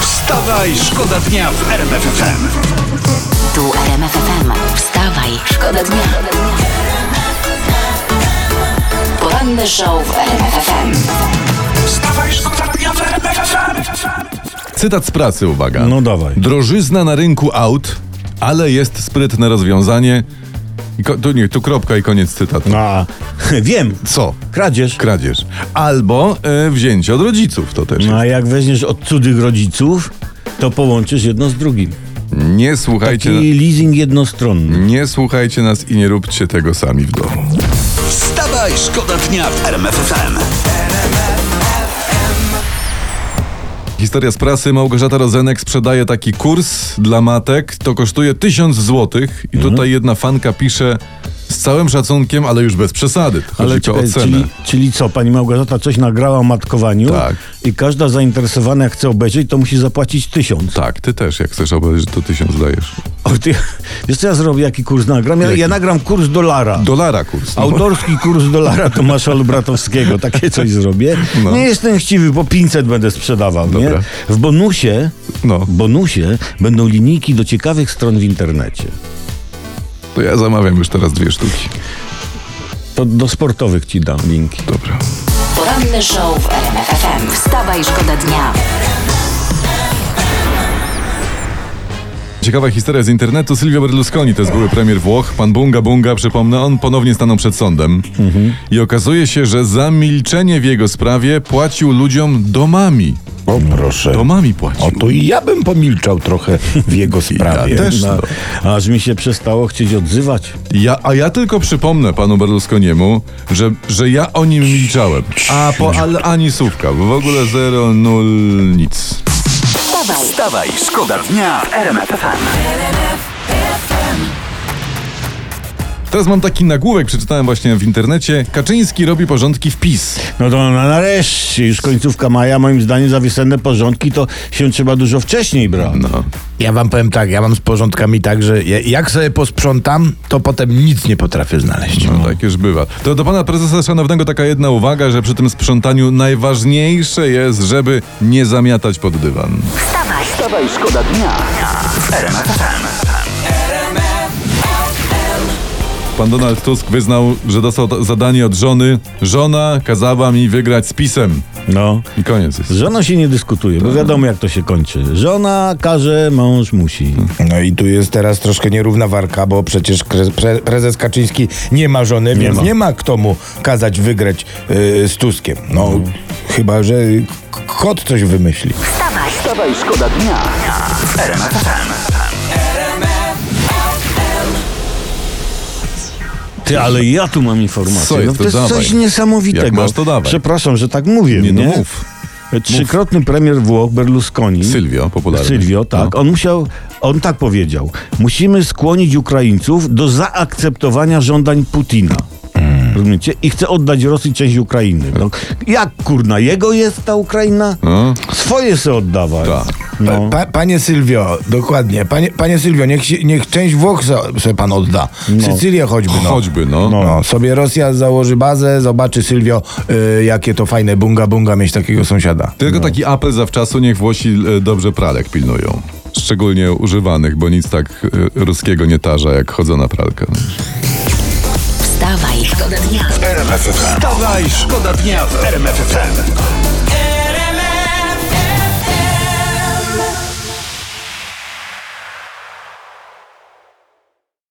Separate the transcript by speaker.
Speaker 1: Wstawaj, szkoda dnia w RMFFM.
Speaker 2: Tu RMF FM. Wstawaj, szkoda dnia. Poranny show w RMF FM.
Speaker 1: Wstawaj, szkoda dnia w RMFFM.
Speaker 3: Cytat z pracy, uwaga.
Speaker 4: No dawaj.
Speaker 3: Drożyzna na rynku aut, ale jest sprytne rozwiązanie. I ko- tu nie, tu kropka i koniec cytatu.
Speaker 4: A, wiem,
Speaker 3: Co?
Speaker 4: kradzież.
Speaker 3: Kradzież. Albo e, wzięcie od rodziców, to też
Speaker 4: No,
Speaker 3: jest.
Speaker 4: a jak weźmiesz od cudzych rodziców, to połączysz jedno z drugim.
Speaker 3: Nie słuchajcie, no.
Speaker 4: Taki leasing jednostronny.
Speaker 3: nie słuchajcie nas i nie róbcie tego sami w domu.
Speaker 1: Wstawaj, szkoda dnia w RMFFM.
Speaker 3: Historia z prasy. Małgorzata Rozenek sprzedaje taki kurs dla matek. To kosztuje 1000 złotych. I
Speaker 4: Mhm.
Speaker 3: tutaj jedna fanka pisze z całym szacunkiem, ale już bez przesady. Chodzi
Speaker 4: Ale
Speaker 3: tu o
Speaker 4: czekaj,
Speaker 3: cenę.
Speaker 4: czyli, czyli co, pani Małgorzata coś nagrała o matkowaniu
Speaker 3: Tak.
Speaker 4: i każda zainteresowana jak chce obejrzeć, to musi zapłacić tysiąc.
Speaker 3: Tak, ty też, jak chcesz obejrzeć, to 1000 dajesz.
Speaker 4: O, ty, wiesz co ja zrobię, jaki kurs nagram? Ja, ja nagram kurs dolara.
Speaker 3: Dolara kurs. No.
Speaker 4: Autorski kurs dolara Tomasza Olbratowskiego. Takie coś zrobię.
Speaker 3: No.
Speaker 4: Nie jestem chciwy, bo 500 będę sprzedawał,
Speaker 3: Dobra.
Speaker 4: nie? W bonusie,
Speaker 3: No.
Speaker 4: w bonusie będą linijki do ciekawych stron w internecie.
Speaker 3: To ja zamawiam już teraz dwie sztuki.
Speaker 4: To do sportowych ci dam linki.
Speaker 3: Dobra.
Speaker 2: Poranny show w RMF FM. Wstawaj, szkoda dnia.
Speaker 3: Ciekawa historia z internetu. Silvio Berlusconi, to jest były premier Włoch. Pan Bunga Bunga, przypomnę, on ponownie stanął przed sądem. I okazuje się, że za milczenie w jego sprawie płacił ludziom domami.
Speaker 5: O proszę.
Speaker 3: Domami płacił.
Speaker 5: O to i ja bym pomilczał trochę w jego sprawie.
Speaker 3: Ja też.
Speaker 4: No, aż mi się przestało chcieć odzywać.
Speaker 3: Ja, a ja tylko przypomnę panu Berlusconiemu, że, że ja o nim milczałem. A po ale ani słówka. W ogóle zero, nul, nic.
Speaker 2: Wstawaj.
Speaker 1: Wstawaj, szkoda dnia w RMFFM.
Speaker 3: Teraz mam taki nagłówek, przeczytałem właśnie w internecie. Kaczyński robi porządki w PiS.
Speaker 4: No to na- nareszcie, już końcówka maja, moim zdaniem za wiosenne porządki to się trzeba dużo wcześniej brać.
Speaker 5: No.
Speaker 3: No.
Speaker 5: Ja wam powiem tak, ja mam z porządkami tak, że ja- jak sobie posprzątam, to potem nic nie potrafię znaleźć.
Speaker 3: No, tak już bywa. To do pana prezesa szanownego taka jedna uwaga, że przy tym sprzątaniu najważniejsze jest, żeby nie zamiatać pod dywan.
Speaker 1: Wstawaj, szkoda dnia w RMFFM.
Speaker 3: Pan Donald Tusk wyznał, że dostał to zadanie od żony. Żona kazała mi wygrać z pisem.
Speaker 4: No.
Speaker 3: I koniec jest.
Speaker 4: Z żoną się nie dyskutuje, bo wiadomo jak to się kończy. Żona każe, mąż musi.
Speaker 5: No i tu jest teraz troszkę nierówna warka, bo przecież kre- pre- prezes Kaczyński nie ma żony, więc
Speaker 4: ma.
Speaker 5: nie ma kto mu kazać wygrać yy, z Tuskiem. No, chyba, że k- kot coś wymyśli.
Speaker 1: Wstawaj, szkoda dnia w RMFFM.
Speaker 4: Ty, ale ja tu mam informację.
Speaker 3: Co jest?
Speaker 4: no,
Speaker 3: To
Speaker 4: to jest
Speaker 3: dawaj.
Speaker 4: coś niesamowitego.
Speaker 3: Jak masz, to dawaj.
Speaker 4: Przepraszam, że tak mówię.
Speaker 3: Nie,
Speaker 4: Nie,
Speaker 3: no mów.
Speaker 4: Trzykrotny premier Włoch Berlusconi.
Speaker 3: Sylwio, popularny.
Speaker 4: Sylwio, tak.
Speaker 3: No.
Speaker 4: On musiał, on tak powiedział. Musimy skłonić Ukraińców do zaakceptowania żądań Putina.
Speaker 3: Mm.
Speaker 4: Rozumiecie? I chce oddać Rosji część Ukrainy. No, jak kurna, jego jest ta Ukraina? Swoje se oddawać.
Speaker 3: No. Tak.
Speaker 4: No.
Speaker 5: Pa, panie Sylwio, dokładnie. Panie, panie Sylwio, niech, się- niech część Włoch za- se pan odda. Sycylię choćby. No.
Speaker 3: Choćby, no.
Speaker 5: No. sobie Rosja założy bazę, zobaczy Sylwio, y, jakie to fajne bunga bunga mieć takiego sąsiada.
Speaker 3: Tylko taki apel zawczasu, niech Włosi e, dobrze pralek pilnują. Szczególnie używanych, bo nic tak e, ruskiego nie tarza, jak chodzona pralka.
Speaker 2: Wstawaj, szkoda dnia.
Speaker 1: Wstawaj, szkoda dnia w RMFFM.